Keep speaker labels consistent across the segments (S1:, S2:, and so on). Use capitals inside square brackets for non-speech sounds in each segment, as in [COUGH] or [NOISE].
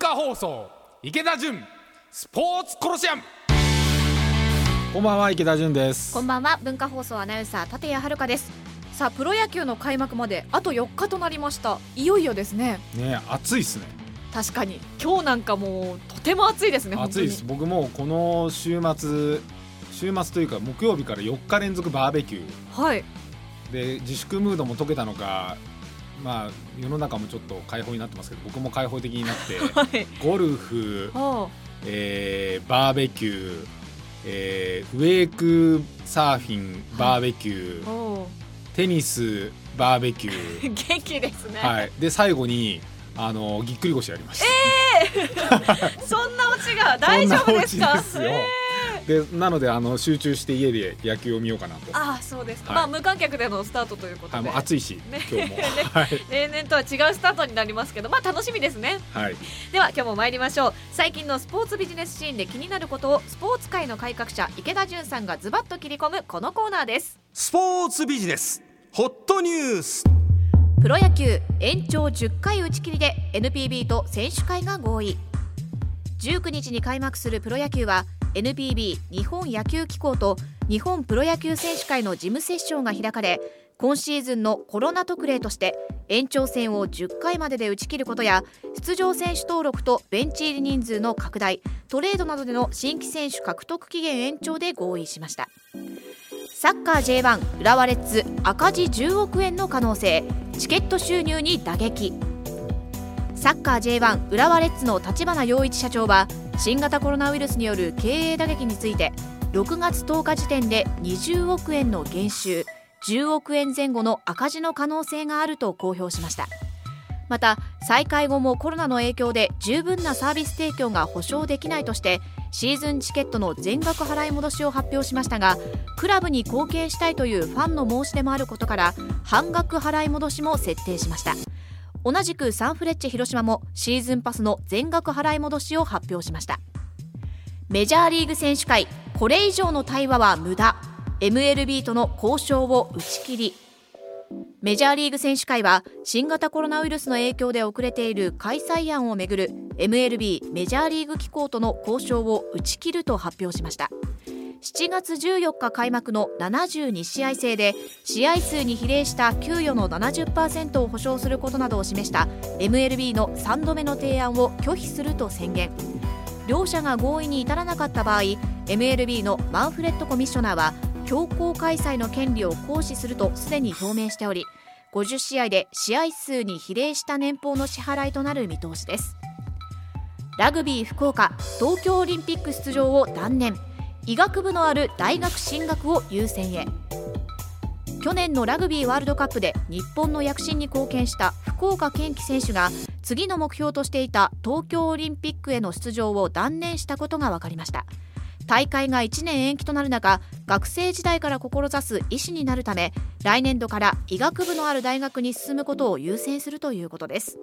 S1: 放送池田純スポーツコロシアム
S2: こんばんは池田純です
S3: こんばんは文化放送アナウンサー立谷遥ですさあプロ野球の開幕まであと4日となりましたいよいよですね
S2: ね暑いですね
S3: 確かに今日なんかもうとても暑いですね本当
S2: 暑い
S3: に
S2: です僕もうこの週末週末というか木曜日から4日連続バーベキュ
S3: はい
S2: ーで自粛ムードも解けたのかまあ世の中もちょっと開放になってますけど僕も開放的になって
S3: [LAUGHS] はい
S2: ゴルフ、
S3: は
S2: えーバーベキュー、えーウェイクサーフィンバーベキュー、
S3: あお
S2: テニスバーベキュー
S3: う [LAUGHS] 元気ですね、
S2: はい、で最後にあのぎっくり腰やりました、
S3: そんなオチが大丈夫で
S2: そ
S3: すか
S2: んなお家ですよでなのであの集中して家で野球を見ようかなと、は
S3: ああそうです
S2: は
S3: か、
S2: い
S3: まあ無観客でのスタートということで、
S2: い、もう暑いし、
S3: ね
S2: 今日も、はい、
S3: 例年とは違うスタートになりますけどまあ楽しみですね
S2: はい、
S3: では今日も参りましょう最近のスポーツビジネスシーンで気になることをスポーツ界の改革者池田純さんがズバッと切り込むこのコーナーです
S4: スポーツビジネスホットニュース
S3: プロ野球延長10回打ち切りで NPB と選手会が合意19日に開幕するプロ野球は NPB 日本野球機構と日本プロ野球選手会の事務セッションが開かれ今シーズンのコロナ特例として延長戦を10回までで打ち切ることや出場選手登録とベンチ入り人数の拡大トレードなどでの新規選手獲得期限延長で合意しましたサッカー J1 浦和レッズ赤字10億円の可能性チケット収入に打撃サッカー J1 浦和レッズの立花陽一社長は新型コロナウイルスによる経営打撃について6月10日時点で20億円の減収10億円前後の赤字の可能性があると公表しましたまた再開後もコロナの影響で十分なサービス提供が保証できないとしてシーズンチケットの全額払い戻しを発表しましたがクラブに貢献したいというファンの申し出もあることから半額払い戻しも設定しました同じくサンフレッチェ広島もシーズンパスの全額払い戻しを発表しましたメジャーリーグ選手会これ以上の対話は無駄 MLB との交渉を打ち切りメジャーリーグ選手会は新型コロナウイルスの影響で遅れている開催案をめぐる MLB メジャーリーグ機構との交渉を打ち切ると発表しました7月14日開幕の72試合制で試合数に比例した給与の70%を保証することなどを示した MLB の3度目の提案を拒否すると宣言両者が合意に至らなかった場合 MLB のマンフレッドコミッショナーは強行開催の権利を行使するとすでに表明しており50試合で試合数に比例した年俸の支払いとなる見通しですラグビー福岡東京オリンピック出場を断念医学部のある大学進学を優先へ去年のラグビーワールドカップで日本の躍進に貢献した福岡堅樹選手が次の目標としていた東京オリンピックへの出場を断念したことが分かりました大会が1年延期となる中学生時代から志す医師になるため来年度から医学部のある大学に進むことを優先するということです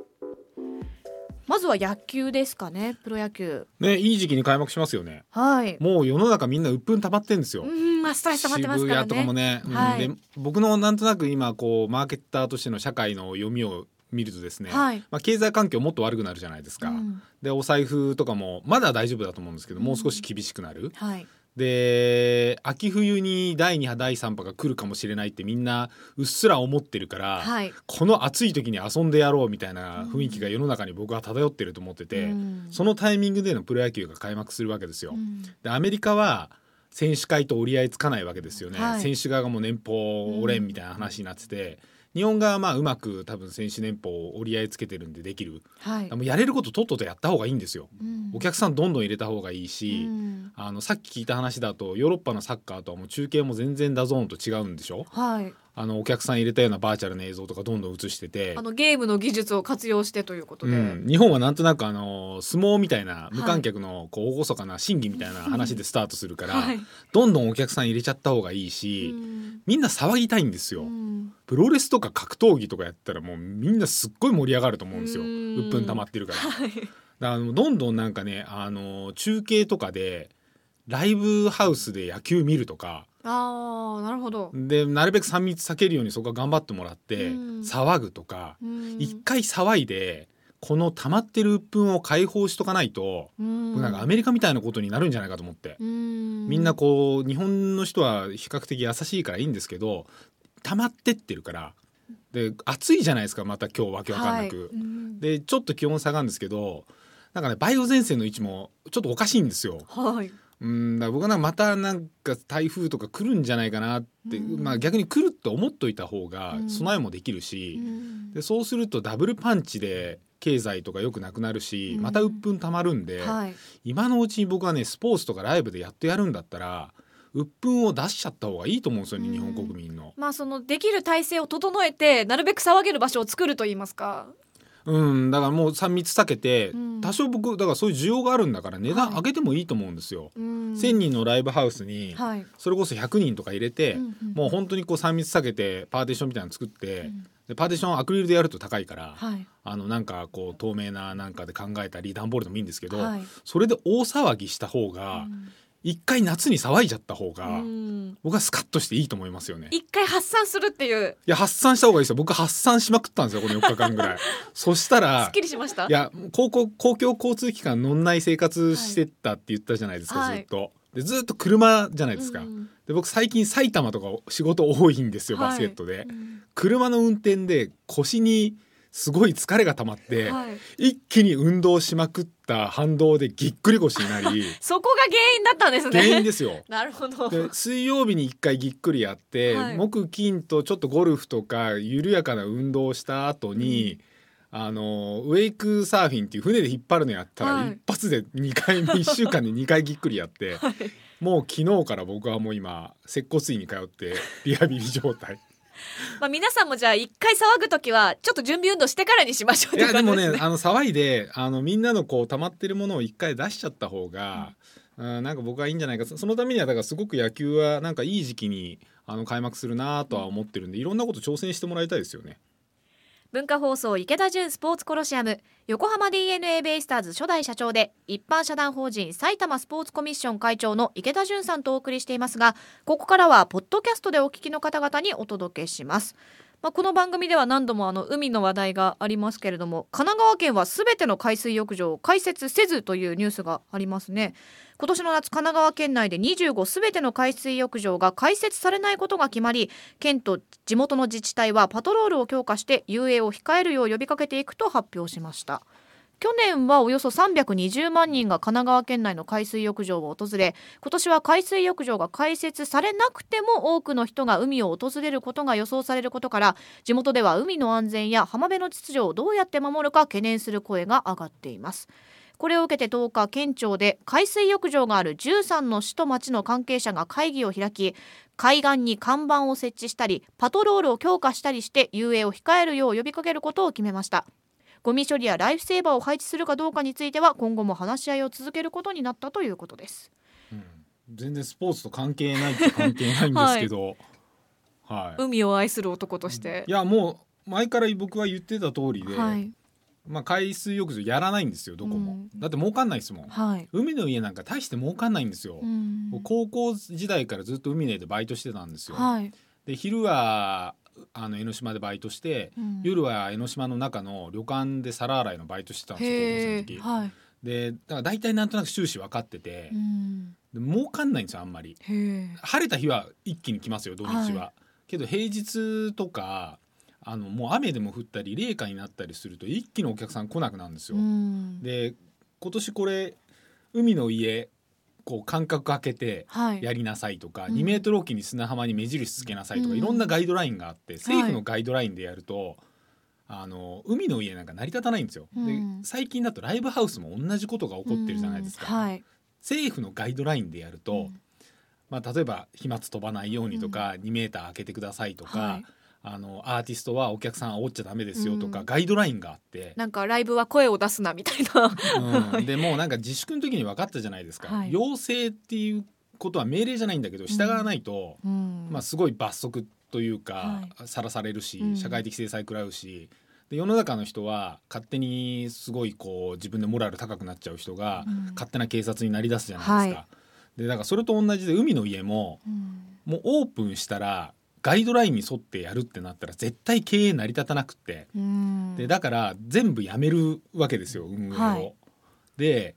S3: まずは野球ですかねプロ野球
S2: ねいい時期に開幕しますよね
S3: はい
S2: もう世の中みんな鬱憤溜まってんですよ、
S3: うんまあストレス溜まってます
S2: 渋
S3: からね
S2: 谷とかもね、うん
S3: はい
S2: で僕のなんとなく今こうマーケッターとしての社会の読みを見るとですね、
S3: はい
S2: まあ、経済環境もっと悪くなるじゃないですか、
S3: うん
S2: でお財布とかもまだ大丈夫だと思うんですけどもう少し厳しくなる、
S3: はい
S2: で秋冬に第2波第3波が来るかもしれないってみんなうっすら思ってるから、
S3: はい
S2: この暑い時に遊んでやろうみたいな雰囲気が世の中に僕は漂ってると思ってて、
S3: うん
S2: そのタイミングでのプロ野球が開幕するわけですよ。
S3: うん
S2: でアメリカは選手会と折り合いつかないわけですよね、
S3: はい
S2: 選手側がもう年俸折れんみたいな話になってて、日本側はまあうまく多分選手年俸を折り合いつけてるんでできる
S3: はい
S2: もうやれることとっととやった方がいいんですよ。
S3: うん
S2: お客さんどんどん入れた方がいいし、
S3: うん
S2: あのさっき聞いた話だとヨーロッパのサッカーとはもう中継も全然ダゾーンと違うんでしょ
S3: はい
S2: あのお客さん入れたようなバーチャルな映像とかどんどん映してて
S3: あ、のゲームの技術を活用してということ
S2: う
S3: で、
S2: ん、日本はなんとなくあの相撲みたいな無観客のこう厳かな審議みたいな話でスタートするから、
S3: はい
S2: どんどんお客さん入れちゃった方がいいし、
S3: うん
S2: みんな騒ぎたいんですよ、
S3: うん
S2: プロレスとか格闘技とかやったらもうみんなすっごい盛り上がると思うんですよ
S3: う
S2: 鬱
S3: ん
S2: 憤溜まってるから。
S3: はい
S2: だからもうどんどんなんかねあの中継とかでライブハウスで野球見るとか
S3: ああなるほど、
S2: でなるべく3密避けるようにそこは頑張ってもらって
S3: うん
S2: 騒ぐとか
S3: うん
S2: 一回騒いでこの溜まってる鬱憤を解放しとかないと、
S3: うん
S2: なんかアメリカみたいなことになるんじゃないかと思って、み
S3: み
S2: んなこう日本の人は比較的優しいからいいんですけど溜まってってるからで暑いじゃないですかまた今日わけわかんなく。
S3: うん
S2: でちょっと気温下がるんですけどなんかね梅雨前線の位置もちょっとおかしいんですよ。
S3: はい
S2: うんだから僕はなんかまたなんか台風とか来るんじゃないかなって、
S3: うん
S2: まあ、逆に来るって思っといた方が
S3: うん
S2: 備えもできるし、
S3: うん
S2: でそうするとダブルパンチで経済とか良くなくなるし
S3: うん
S2: また鬱憤たまるんで、
S3: はい
S2: 今のうちに僕はねスポーツとかライブでやってやるんだったら鬱憤を出しちゃった方がいいと思うんですよね、
S3: うん
S2: 日本国民の。
S3: まあそのできる体制を整えてなるべく騒げる場所を作ると言いますか
S2: うんだからもう3密避けて、
S3: うん
S2: 多少僕だからそういう需要があるんだから値段
S3: はい
S2: 上げてもいいと思うんですよ。
S3: うん
S2: 1000人のライブハウスに
S3: はい
S2: それこそ100人とか入れて、
S3: うんうん
S2: もう本当にこう3密避けてパーティションみたいなの作って、
S3: ん
S2: でパーティションアクリルでやると高いから、
S3: はい
S2: あのなんかこう透明ななんかで考えたり段ボールでもいいんですけど、
S3: はい
S2: それで大騒ぎした方が、一回夏に騒いじゃった方が、
S3: うん
S2: 僕はスカッとしていいと思いますよね。い
S3: 一回発散するっていう
S2: や発散した方がいいですよ僕発散しまくったんですよこの4日間ぐ
S3: [LAUGHS]
S2: らい。そした
S3: す
S2: ら
S3: っきりしました
S2: いや公共公共交通機関乗んない生活してったって言ったじゃないですか、
S3: はい
S2: ずっと。でずっと車じゃないですか。
S3: うん
S2: で僕最近埼玉とか仕事多いんですよ
S3: はい
S2: バスケットで、
S3: うん
S2: 車の運転で腰にすごい疲れが溜まって、
S3: はい
S2: 一気に運動しまくった反動でぎっくり腰に
S3: [LAUGHS]
S2: なり
S3: そこが原因だったんですね
S2: 原因ですよ
S3: [LAUGHS] なるほど
S2: で水曜日に一回ぎっくりやって、
S3: はい
S2: 木金とちょっとゴルフとか緩やかな運動した後に、あのウェイクサーフィンっていう船で引っ張るのやったら
S3: はい
S2: 一発で2回
S3: [LAUGHS]
S2: 目1週間で2回ぎっくりやって、
S3: はい
S2: もう昨日から僕はもう今接骨院に通ってリハビリ状態
S3: まあ皆さんもじゃあ一回騒ぐときはちょっと準備運動してからにしましょ
S2: い
S3: うって
S2: や
S3: こ
S2: で
S3: と
S2: も
S3: す
S2: ねあの騒いであのみんなのこう溜まってるものを一回出しちゃった方が、うん、なんか僕はいいんじゃないかそそのためにはだからすごく野球はなんかいい時期にあの開幕するなとは思ってるんでいろんなこと挑戦してもらいたいですよね。
S3: 文化放送池田純スポーツコロシアム横浜 d n a ベイスターズ初代社長で一般社団法人埼玉スポーツコミッション会長の池田純さんとお送りしていますがここからはポッドキャストでお聞きの方々にお届けします。まあ、この番組では何度もあの海の話題がありますけれども神奈川県は全ての海水浴場を開設せずというニュースがありますね今年の夏神奈川県内で25全ての海水浴場が開設されないことが決まり県と地元の自治体はパトロールを強化して遊泳を控えるよう呼びかけていくと発表しました去年はおよそ320万人が神奈川県内の海水浴場を訪れ今年は海水浴場が開設されなくても多くの人が海を訪れることが予想されることから地元では海の安全や浜辺の秩序をどうやって守るか懸念する声が上がっていますこれを受けて10日県庁で海水浴場がある13の市と町の関係者が会議を開き海岸に看板を設置したりパトロールを強化したりして遊泳を控えるよう呼びかけることを決めましたゴミ処理やライフセーバーを配置するかどうかについては今後も話し合いを続けることになったということです
S2: 全然スポーツと関係ないって関係ないんですけど、はい、い、
S3: 海を愛する男として
S2: やもう前から僕は言ってた通りで、
S3: はい
S2: まあ、海水浴場やらないんですよどこも、
S3: うん
S2: だって儲かんないですもん、
S3: はい
S2: 海の家なんか大して儲かんないんですよ、
S3: うん
S2: 高校時代からずっと海の家でバイトしてたんですよ、
S3: はい
S2: で昼はあの江ノ島でバイトして、
S3: うん
S2: 夜は江ノ島の中の旅館で皿洗いのバイトしてたんですよ高校生の時、
S3: はい
S2: でだから大体なんとなく収支分かってて
S3: う、ん
S2: で儲かんないんですよあんまり
S3: へえ
S2: 晴れた日は一気に来ますよ土日は、
S3: は
S2: けど平日とかあのもう雨でも降ったり冷夏になったりすると一気にお客さん来なくなるんですよ、
S3: うん
S2: で今年これ海の家こう間隔空けて
S3: はい
S2: やりなさいとか、
S3: うん
S2: 2メートルおきに砂浜に目印つけなさいとか、
S3: うん
S2: いろんなガイドラインがあって政府のガイドラインでやると、あの海の家なんか成り立たないんですよ、
S3: うん
S2: で最近だとライブハウスも同じことが起こってるじゃないですか、
S3: うんはい
S2: 政府のガイドラインでやると、
S3: うん
S2: まあ、例えば飛沫飛ばないようにとか、2メーター開けてくださいとか、
S3: はい
S2: あのアーティストはお客さん煽っちゃダメですよとか、
S3: うん
S2: ガイドラインがあって、
S3: なんかライブは声を出すなみたいな
S2: うん、でもうなんか自粛の時に分かったじゃないですか、
S3: はい
S2: 要請っていうことは命令じゃないんだけど従わないと、
S3: うん
S2: まあ、すごい罰則というかさら、されるし
S3: うん
S2: 社会的制裁食らうし、で世の中の人は勝手にすごいこう自分でモラル高くなっちゃう人が
S3: うん
S2: 勝手な警察になりだすじゃないですか。でだからそれと同じで海の家も
S3: うん
S2: もうオープンしたらガイドラインに沿ってやるってなったら絶対経営成り立たなくって
S3: うん
S2: でだから全部やめるわけですよ運営を。
S3: はい
S2: で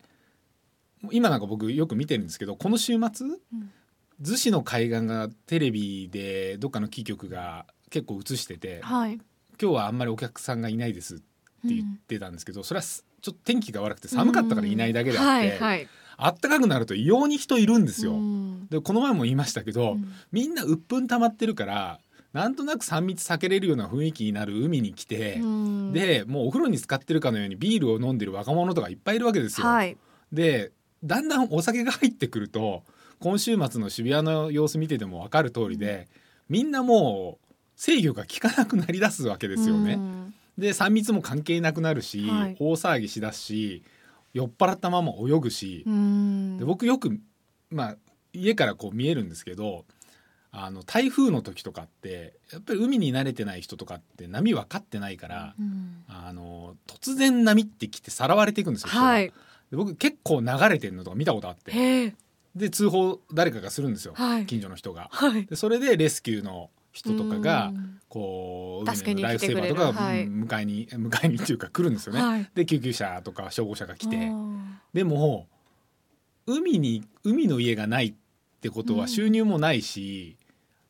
S2: 今なんか僕よく見てるんですけどこの週末
S3: ん
S2: 逗子、の海岸がテレビでどっかのキー局が結構映してて、
S3: はい
S2: 今日はあんまりお客さんがいないですって言ってたんですけど、それはすちょっと天気が悪くて寒かったからいないだけであって、
S3: うんはいはい
S2: あったかくなると異様に人いるんですよ。
S3: うん
S2: でこの前も言いましたけど、
S3: うん
S2: みんな鬱憤溜まってるからなんとなく3密避けれるような雰囲気になる海に来て、
S3: うん
S2: でもうお風呂に使ってるかのようにビールを飲んでる若者とかいっぱいいるわけですよ。
S3: はい
S2: でだんだんお酒が入ってくると今週末の渋谷の様子見てても分かる通りで、みんなもう制御が効かなくなりだすわけですよね。
S3: うん
S2: で3密も関係なくなるし、
S3: はい
S2: 大騒ぎしだすし酔っ払ったまま泳ぐし、
S3: うん
S2: で僕よく、まあ、家からこう見えるんですけどあの台風の時とかってやっぱり海に慣れてない人とかって波分かってないから、
S3: うん
S2: あの突然波って来てさらわれていくんですよ。人が
S3: はい
S2: で僕結構流れてるのとか見たことあって
S3: へえ
S2: で通報誰かがするんですよ、
S3: はい
S2: 近所の人が。
S3: はい
S2: でそれでレスキューの人とかが
S3: うん
S2: こう
S3: 助けに
S2: ライ
S3: 来
S2: フ
S3: て
S2: セー
S3: く
S2: バー
S3: れ
S2: と
S3: る
S2: かが
S3: はい
S2: うん迎えに [LAUGHS] 迎えにっていうか来るんですよね。
S3: はい
S2: で救急車とか消防車が来
S3: あ
S2: て
S3: ー
S2: でも海に海の家がないってこと
S3: うん
S2: は収入もないし、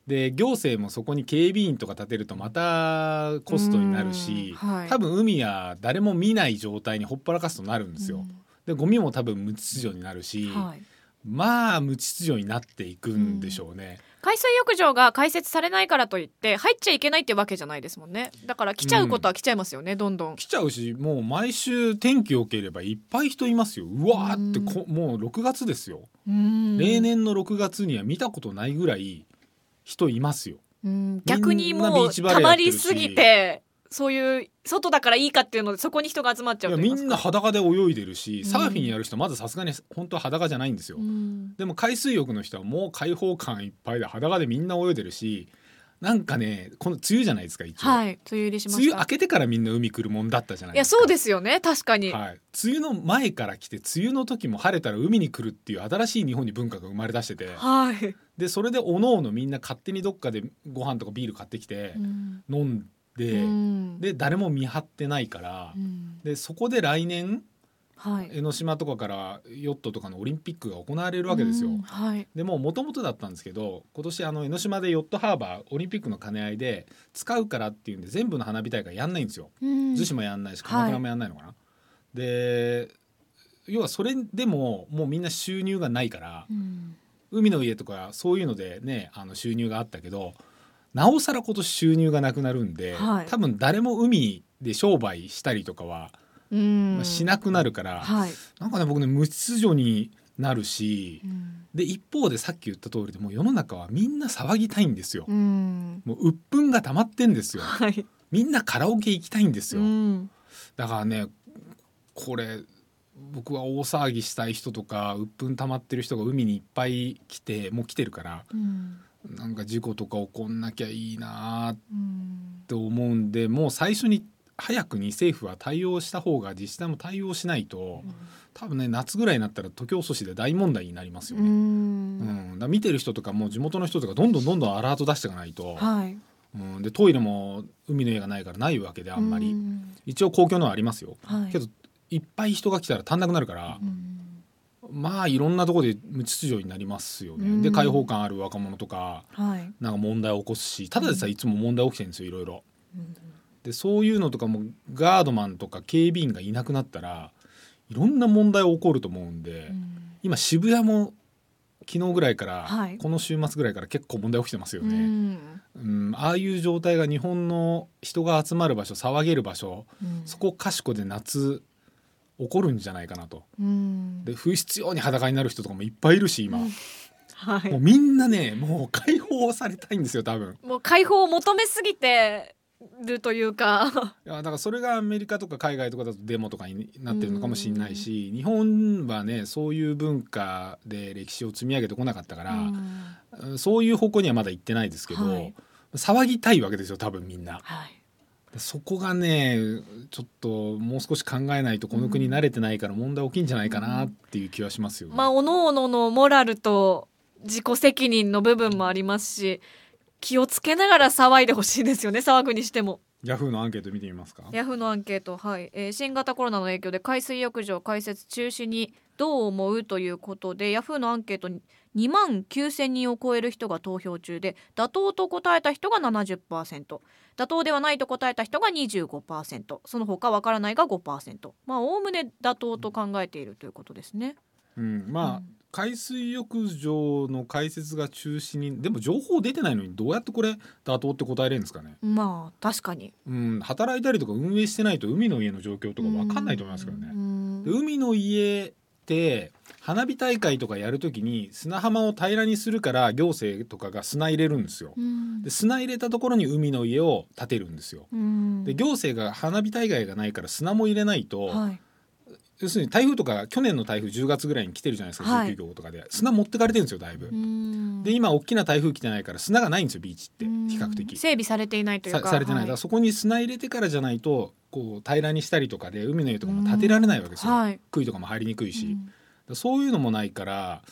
S2: で行政もそこに警備員とか立てるとまたコストになるし、
S3: うんはい
S2: 多分海は誰も見ない状態にほっぽらかすとなるんですよ。でゴミも多分無秩序になるし、
S3: うんはい
S2: まあ無秩序になっていくんでしょうね。
S5: 海水浴場が開設されないからといって入っちゃいけないってわけじゃないですもんねだから来ちゃうことは来ちゃいますよね、どんどん
S2: 来ちゃうしもう毎週天気良ければいっぱい人いますようわーってこ、もう6月ですよ、
S5: うん
S2: 例年の6月には見たことないぐらい人いますよ
S5: うん逆に
S2: みんな
S5: も
S2: ビー
S5: う
S2: チバレー
S5: 溜
S2: やっ
S5: ま
S2: て
S5: り
S2: るし
S5: すぎてそういう外だからいいかっていうのでそこに人が集まっちゃ
S2: いうや
S5: と言い
S2: み
S5: ます
S2: ん
S5: か
S2: な裸で泳いでるし
S5: ん
S2: サーフィンやる人まずさすがに本当は裸じゃないんですよ、
S5: うん
S2: でも海水浴の人はもう開放感いっぱいで裸でみんな泳いでるしなんかねこの梅雨じゃないですか一応、
S5: はい梅雨入りしま
S2: 梅雨
S5: し
S2: 明
S5: た
S2: けてからみんな海来るもんだったじゃな
S5: い
S2: いで
S5: や
S2: すか
S5: そうですよね確かに、
S2: はい、梅雨の前から来て梅雨の時も晴れたら海に来るっていう新しい日本に文化が生まれ出してて
S5: はい。
S2: でそれでおのおのみんな勝手にどっかでご飯とかビール買ってきて
S5: うん
S2: 飲んで、
S5: うん
S2: で誰も見張ってないから、
S5: うん
S2: でそこで来年
S5: はい。
S2: 江ノ島とかからヨットとかのオリンピックが行われるわけですよ。
S5: うんはい。
S2: でももともとだったんですけど今年あの江ノ島でヨットハーバーオリンピックの兼ね合いで使うからっていうんで全部の花火大会やんないんですよ。
S5: うん
S2: 逗子もやんないし
S5: はい
S2: 鎌倉もやんないのかな、で要はそれでももうみんな収入がないから、
S5: うん
S2: 海の家とかそういうのでねあの収入があったけどなおさら今年収入がなくなるんで、
S5: はい
S2: 多分誰も海で商売したりとかは、
S5: うん
S2: まあしなくなるから、
S5: はい。
S2: なんかね僕ね無秩序になるしで一方でさっき言った通りでもう世の中はみんな騒ぎたいんですよ。
S5: うん。
S2: もう鬱憤が溜まってんですよ。
S5: はい。
S2: みんなカラオケ行きたいんですよ。
S5: うん
S2: だからねこれ僕は大騒ぎしたい人とか鬱憤溜まってる人が海にいっぱい来てもう来てるから
S5: うん
S2: なんか事故とか起こんなきゃいいなーっ
S5: うん
S2: て思うんでもう最初に早くに政府は対応した方が自治体も対応しないと多分ね夏ぐらいになったら時遅しで大問題になりますよ
S5: う
S2: ね。うん
S5: ん
S2: だから見てる人とかもう地元の人とかどんどんどんどんアラート出していかないと、
S5: はい。
S2: うん、でトイレも海の家がないからないわけであんまり、
S5: うん
S2: 一応公共のはありますよ、
S5: はい
S2: けどいっぱい人が来たら足んなくなるから、
S5: うん
S2: まあいろんなとこで無秩序になりますよね、
S5: うん
S2: で開放感ある若者とか
S5: はい。
S2: なんか問題を起こすしただでさえいつも問題起きてるんですよいろいろ。
S5: うん
S2: でそういうのとかもガードマンとか警備員がいなくなったらいろんな問題起こると思うんで、
S5: うん
S2: 今渋谷も昨日ぐらいから、
S5: はい
S2: この週末ぐらいから結構問題起きてますよ
S5: う
S2: ね、
S5: ん
S2: うんああいう状態が日本の人が集まる場所騒げる場所
S5: うん
S2: そこかしこで夏起こるんじゃないかなと。
S5: うん
S2: で不必要に裸になる人とかもいっぱいいるし今、
S5: は
S2: [LAUGHS] も
S5: い。
S2: うみんなねもう解放されたいんですよ多分
S5: もう解放を求めすぎてるというか。
S2: いやだからそれがアメリカとか海外とかだとデモとかになってるのかもしれないし日本はねそういう文化で歴史を積み上げてこなかったから、
S5: うん
S2: うんそういう方向にはまだ行ってないですけど、
S5: はい
S2: 騒ぎたいわけですよ多分みんな
S5: はい。
S2: そこがねちょっともう少し考えないとこの国慣れてないから問題大きいんじゃないかなっていう気はしますよね、
S5: まあ、おのののモラルと自己責任の部分もありますし
S3: 気をつけながら騒いでほしいですよね騒ぐにしても
S2: ヤフーのアンケート見てみますか
S3: ヤフーのアンケート、はいえー新型コロナの影響で海水浴場開設中止にどう思うということでヤフーのアンケートに2万9,000人を超える人が投票中で妥当と答えた人が70%妥当ではないと答えた人が25%その他わからないが5%まあおおむね妥当と考えているということですね。
S2: うん、まあ、海水浴場の開設が中止にでも情報出てないのにどうやってこれ妥当って答えれるんですかね、
S3: まあ確かに
S2: うん、働いたりとか運営してないと海の家の状況とか分かんないと思いますからね。で海の家って花火大会とかやるときに砂浜を平らにするから行政とかが砂入れるんですよ。で砂入れたところに海の家を建てるんですよ。で行政が花火大会がないから砂も入れないと、
S3: はい、
S2: 要するに台風とか去年の台風10月ぐらいに来てるじゃないですか
S3: はい
S2: 19号とかで、砂持ってかれてるんですよだいぶ。で今大きな台風来てないから砂がないんですよビーチって比較的。
S3: 整備されていないという
S2: さ
S3: か
S2: されてない、だからそこに砂入れてからじゃないとこう平らにしたりとかで海の家とかも建てられないわけですよ、
S3: うんはい
S2: 杭とかも入りにくいし、だからそういうのもないから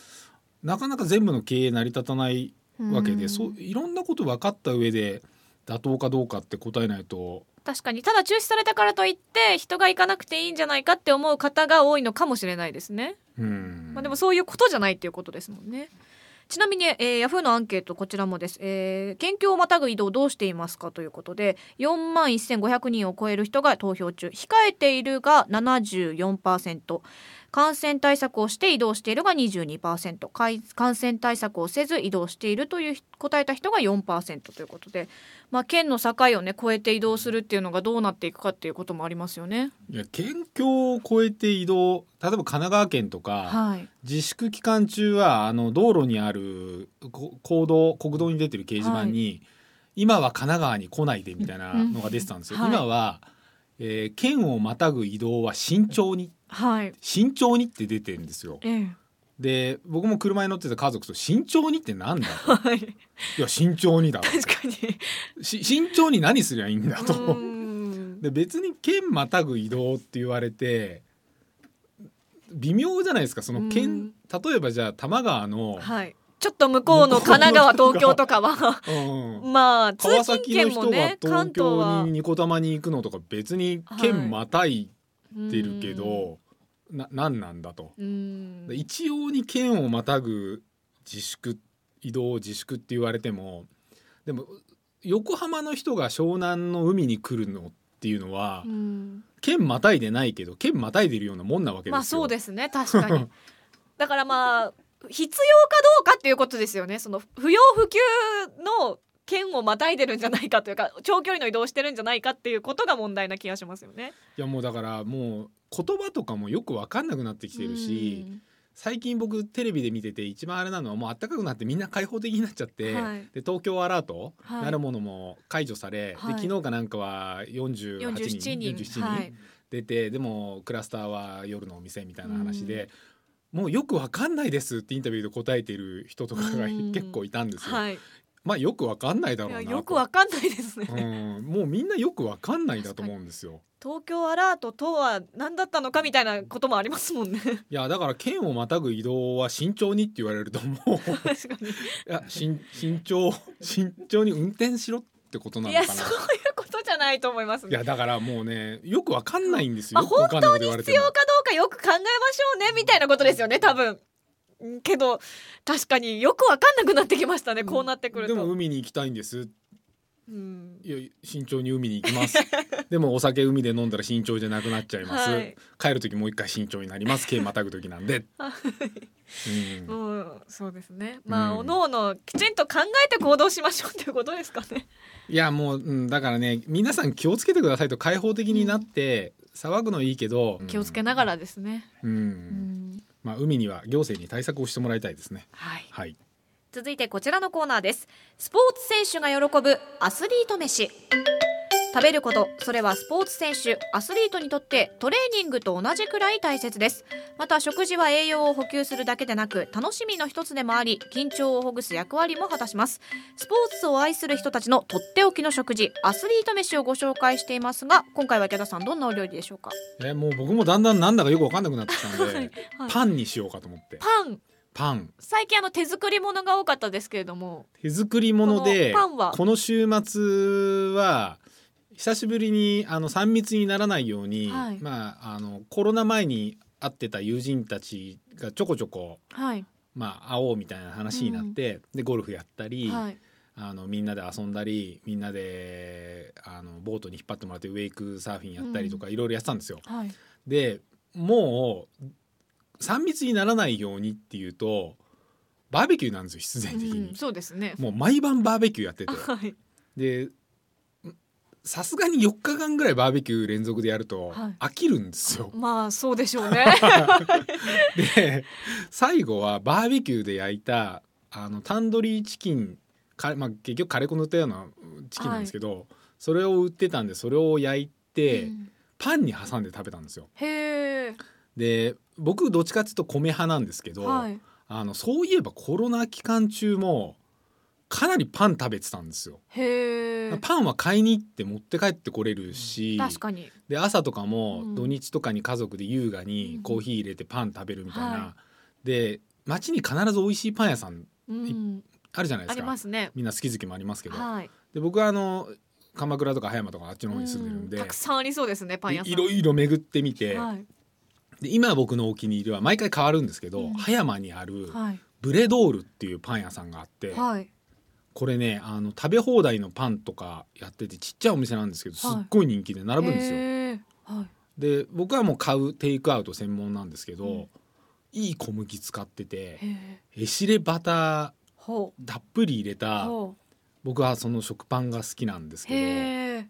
S2: なかなか全部の経営成り立たないわけで、
S3: うん
S2: そういろんなこと分かった上で妥当かどうかって答えないと
S3: 確かにただ中止されたからといって人が行かなくていいんじゃないかって思う方が多いのかもしれないですね、
S2: うん、
S3: まあ、でもそういうことじゃないっていうことですもんねちなみに、えー、ヤフーのアンケートこちらもです、えー、県境をまたぐ移動どうしていますかということで4万1500人を超える人が投票中控えているが74%感染対策をして移動しているが22%かい感染対策をせず移動しているという答えた人が4%ということで、まあ、県の境をね越えて移動するっていうのがどうなっていくかっていうこともありますよね。
S2: いや県境を越えて移動例えば神奈川県とか、
S3: はい、
S2: 自粛期間中はあの道路にあるこ公道国道に出てる掲示板に、今は神奈川に来ないでみたいなのが出てたんですよ。
S3: うんはい
S2: 今は、えー県をまたぐ移動は慎重に
S3: はい
S2: 慎重にって出てるんですよ。
S3: ええ
S2: で僕も車に乗ってた家族と慎重にってなんだ
S3: [LAUGHS]
S2: と
S3: はい、
S2: いや慎重にだろ
S3: 確かに
S2: し慎重に何すりゃいいんだ
S3: う
S2: と。
S3: ーん
S2: で別に県またぐ移動って言われて微妙じゃないですかその県例えばじゃあ多摩川の、
S3: [LAUGHS] はい、ちょっと向こうの神奈川東京とかは
S2: うん
S3: [LAUGHS] まあ通
S2: 川
S3: 勤
S2: 崎の
S3: 圏
S2: 人
S3: も
S2: が
S3: ね関
S2: 東
S3: 東は
S2: 京にニコタマに行くのとか別に県またいでるけ
S3: う
S2: ど、ななんなんだと。
S3: ーんうーん
S2: 一様に県をまたぐ自粛移動自粛って言われてもでも横浜の人が湘南の海に来るのっていうのは、
S3: うん
S2: 県またいでないけど県またいでるようなもんなわけですよ。
S3: まあそうですね確か
S2: [LAUGHS]
S3: にだからまあ必要かどうかっていうことですよねその不要不急の県をまたいでるんじゃないかというか長距離の移動をしてるんじゃないかっていうことが問題な気がしますよね。
S2: いやもうだからもう言葉とかもよく分かんなくなってきてるし。最近僕テレビで見てて一番あれなのはもう暖かくなってみんな開放的になっちゃって、
S3: はい
S2: で東京アラート
S3: はい
S2: なるものも解除され、
S3: はい
S2: で昨日かなんかは48
S3: 47
S2: 人
S3: 人
S2: 47
S3: はい
S2: 出てでもクラスターは夜のお店みたいな話で、もうよくわかんないですってインタビューで答えてる人とかが
S3: うん
S2: 結構いたんですよ。
S3: はい、い
S2: まあよくわかんないだろうな
S3: や
S2: と
S3: よくわかんないですね。
S2: うんもうみんなよくわかんないだと思うんですよ。
S3: 東京アラートとは何だったのかみたいなこともありますも
S2: [LAUGHS]
S3: んね。
S2: いやだから県をまたぐ移動は慎重にって言われるともう。
S3: 確かに。
S2: いや、しん、慎重、慎重に運転しろってことないの
S3: や
S2: かな。
S3: そういうことじゃないと思います
S2: いや、
S3: ね。
S2: だから、もうね、よくわかんないんですよ。
S3: まあ
S2: よくわかん
S3: 本
S2: ないこ
S3: 当
S2: と
S3: に
S2: 言われ
S3: 必
S2: て
S3: 要
S2: も
S3: か。どうかよく考えましょうねみたいなことですよね多分。うんけど確かによくわかんなくなってきましたねこうなってくる
S2: で
S3: と。
S2: も、海に行きたいんです。
S3: うん
S2: いや、慎重に海に行き
S3: [LAUGHS]
S2: ます。でも、お酒海で飲んだら慎重じゃなくなっちゃいます。
S3: はい
S2: 帰る時もう一回慎重になり
S3: [LAUGHS]
S2: ます。県またぐ時なんで。うん
S3: もうそうですね。まあ、
S2: うん
S3: おのおのきちんと考えて行動しましょうということですかね。
S2: いやもう、うん、だからね皆さん気をつけてくださいと開放的になって、騒ぐのいいけど
S3: 気をつけながらですね。
S2: うん、まあ、海には行政に対策をしてもらいたいですね。
S3: はい。
S2: はい
S3: 続いてこちらのコーナーですスポーツ選手が喜ぶアスリート飯食べることそれはスポーツ選手アスリートにとってトレーニングと同じくらい大切ですまた食事は栄養を補給するだけでなく楽しみの一つでもあり緊張をほぐす役割も果たしますスポーツを愛する人たちのとっておきの食事アスリート飯をご紹介していますが今回は池田さんどんなお料理でしょうか
S2: えもう僕もだんだんなんだかよくわかんなくなってきたんで、
S3: はい
S2: パンにしようかと思って
S3: パン
S2: パン
S3: 最近あの手作りものが多かったですけれども
S2: 手作りもので
S3: このパンは
S2: この週末は久しぶりにあの3密にならないように、
S3: はい
S2: まあ、あのコロナ前に会ってた友人たちがちょこちょこ、
S3: はい
S2: まあ、会おうみたいな話になって、でゴルフやったり、
S3: はい
S2: あのみんなで遊んだりみんなであのボートに引っ張ってもらってウェイクサーフィンやったりとかいろいろやってたんですよ。
S3: はい
S2: でもう3密にならないようにっていうとバーベキューなんですよ必然的に。
S3: うんそうですね
S2: もう毎晩バーベキューや
S3: [LAUGHS]
S2: ってて
S3: はい
S2: でさすがに4日間ぐらいバーベキュー連続でやると
S3: はい
S2: 飽きるんですよ。
S3: まあそうでしょう
S2: [LAUGHS]
S3: ね
S2: で最後はバーベキューで焼いたあのタンドリーチキンか、まあ、結局カレー粉塗ったようなチキンなんですけど、それを売ってたんでそれを焼いて、
S3: うん
S2: パンに挟んで食べたんですよ。
S3: へえ
S2: で僕どっちかっていうと米派なんですけど、
S3: はい
S2: あのそういえばコロナ期間中もかなりパン食べてたんですよ。
S3: へえ
S2: パンは買いに行って持って帰ってこれるし、
S3: 確かに
S2: で朝とかも
S3: うん
S2: 土日とかに家族で優雅
S3: う
S2: に
S3: ん
S2: コーヒー入れてパン食べるみたいな、
S3: は
S2: で街に必ず美味しいパン屋さん
S3: うん
S2: あるじゃないで
S3: あ
S2: す
S3: り
S2: か
S3: ますね
S2: みんな好き好きもありますけど、
S3: はい
S2: で僕はあの鎌倉とか葉山とかあっちの方に住んでるん
S3: う
S2: で,
S3: ん
S2: で、
S3: たくさんありそうですねパン屋さん
S2: いろいろ巡ってみて、
S3: はい
S2: で今僕のお気に入りは毎回変わるんですけど、
S3: うん
S2: 葉山にある
S3: はい
S2: ブレドールっていうパン屋さんがあって、
S3: はい
S2: これねあの食べ放題のパンとかやっててちっちゃいお店なんですけどすっ
S3: はい
S2: ごい人気で並ぶんですよ。
S3: へえはい
S2: で僕はもう買うテイクアウト専門なんですけど、
S3: うん
S2: いい小麦使ってて
S3: へえ
S2: エシレバタ
S3: ほう
S2: ーたっぷり入れた
S3: ほ
S2: 僕はその食パンが好きなんです
S3: う
S2: けど
S3: へえ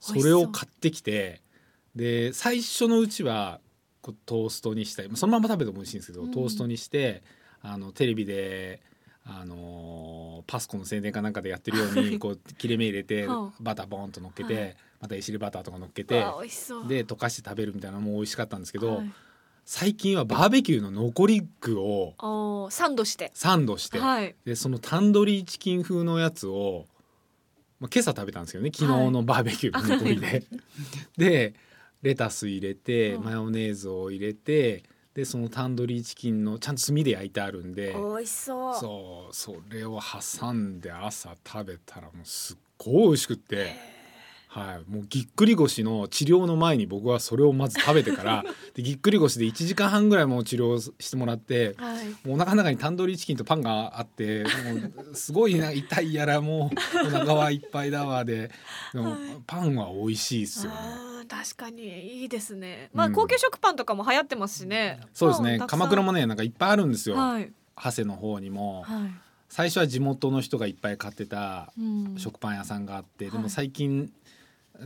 S2: それを買ってきてで最初のうちはこうトーストにしたりまあそのまま食べても美味しいんですけど、
S3: うん
S2: トーストにしてあのテレビで。あのーパスコの宣伝かなんかでやってるよう
S3: はい
S2: にこう切れ目入れて
S3: は
S2: バターボーンと乗っけ
S3: は
S2: てまたエシレバターとか乗っけて
S3: わあ美味しそう
S2: で溶かして食べるみたいなのも美味しかったんですけど、
S3: はい
S2: 最近はバーベキューの残り具を
S3: おーサンドして
S2: サンドして、
S3: はい
S2: でそのタンドリーチキン風のやつを、まあ、今朝食べたんですけどね昨日のバーベキューの残りで。 [LAUGHS] でレタス入れて
S3: うん
S2: マヨネーズを入れてでそのタンドリーチキンのちゃんと炭で焼いてあるんで
S3: 美味しそう
S2: そうそれを挟んで朝食べたらもうすっごい美味しくって。はい、もうぎっくり腰の治療の前に僕はそれをまず食べてから
S3: [LAUGHS]
S2: でぎっくり腰で1時間半ぐらいもう治療してもらって
S3: はい
S2: もうお腹の中にタンドリーチキンとパンがあってもうすごいな痛いやらもうお腹はいっぱいだわででも、パンは美味しいですよね。
S3: あー確かにいいですね。まあ、
S2: うん
S3: 高級食パンとかも流行ってますしね。
S2: そうですね
S3: パンたくさん
S2: 鎌倉もねなんかいっぱいあるんですよ、
S3: はい
S2: 長谷の方にも、
S3: はい。
S2: 最初は地元の人がいっぱい買ってた
S3: うん
S2: 食パン屋さんがあって、で
S3: は
S2: も
S3: い
S2: 最近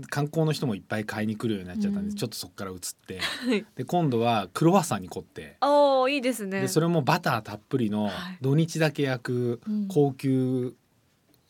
S2: 観光の人もいっぱい買いに来るようになっちゃったんで、
S3: うん
S2: ちょっとそこから移って
S3: はい
S2: で今度はクロワッサンに凝って、
S3: おーいいですね。
S2: でそれもバターたっぷりの
S3: はい
S2: 土日だけ焼く
S3: うん
S2: 高級、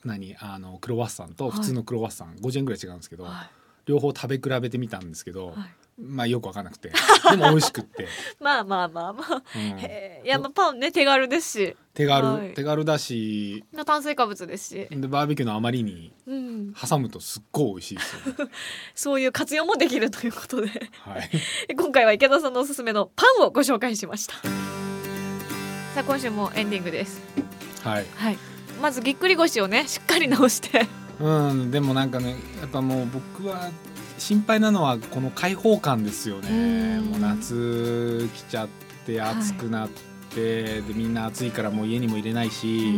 S2: 何あのクロワッサンと普通のクロワッサン、50円ぐらい違うんですけど、
S3: は
S2: 両方食べ比べてみたんですけど、
S3: いはい
S2: まあよく分かんなくてでも美味しく
S3: [LAUGHS]
S2: って、
S3: まあまあまあまあ。
S2: うん
S3: へーいや、まあ、パンね手軽ですし、
S2: 手軽、
S3: はい
S2: 手軽だし
S3: まあ炭水化物ですし、
S2: でバーベキューのあまりに
S3: うん、
S2: 挟むとすっごい美味しいですよ、ね。
S3: そういう活用もできるということで、 [LAUGHS]
S2: はい
S3: 今回は池田さんのおすすめのパンをご紹介しました。さあ今週もエンディングです。
S2: はい、
S3: はい。まずぎっくり腰をねしっかり直して。
S2: うんでもなんかねやっぱもう僕は心配なのはこの開放感ですよね
S3: うん
S2: もう夏来ちゃって
S3: はい
S2: 暑くなって、でみんな暑いからもう家にも入れないし、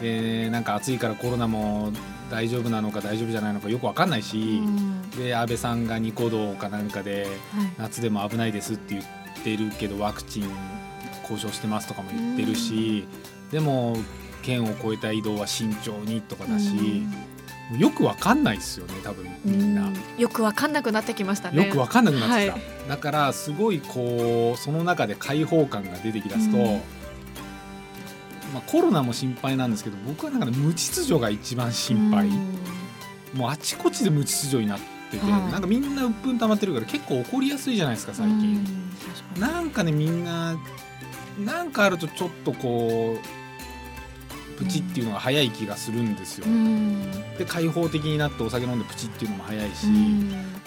S2: でなんか暑いからコロナも大丈夫なのか大丈夫じゃないのかよくわかんないし、
S3: うん
S2: で安倍さんがニコ動かなんかで
S3: はい
S2: 夏でも危ないですって言ってるけどワクチン交渉してますとかも言ってるし、でも県を越えた移動は慎重にとかだし。よくわかんないですよね多分みんな、
S3: よくわかんなくなってきましたね
S2: よくわかんなくなってきた、
S3: は
S2: だからすごいこうその中で開放感が出てきだすと、
S3: うん
S2: まあ、コロナも心配なんですけど僕はなんか、ね、無秩序が一番心配、
S3: うん
S2: もうあちこちで無秩序になってて、
S3: はい
S2: なんかみんな鬱憤溜まってるから結構怒りやすいじゃないですか最
S3: う
S2: 近、
S3: ん確か
S2: なんかねみんななんかあるとちょっとこうプチっていうのが早い気がするんですよ、
S3: にうん
S2: で開放的になってお酒飲んでプチっていうのも早いし、
S3: うん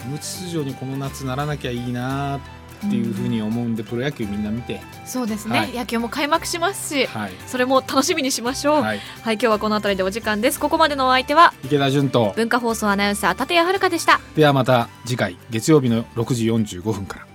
S2: 無秩序にこの夏ならなきゃいいなっていうふうに思うんでプロ野球みんな見て
S3: そうですね、
S2: はい
S3: 野球も開幕しますし、
S2: はい、
S3: それも楽しみにしましょう。はい、
S2: はい、
S3: 今日はこのあたりでお時間です。ここまでのお相手は
S2: 池田純と
S3: 文化放送アナウンサー立谷遥香でした。
S2: ではまた次回月曜日の6時45分から。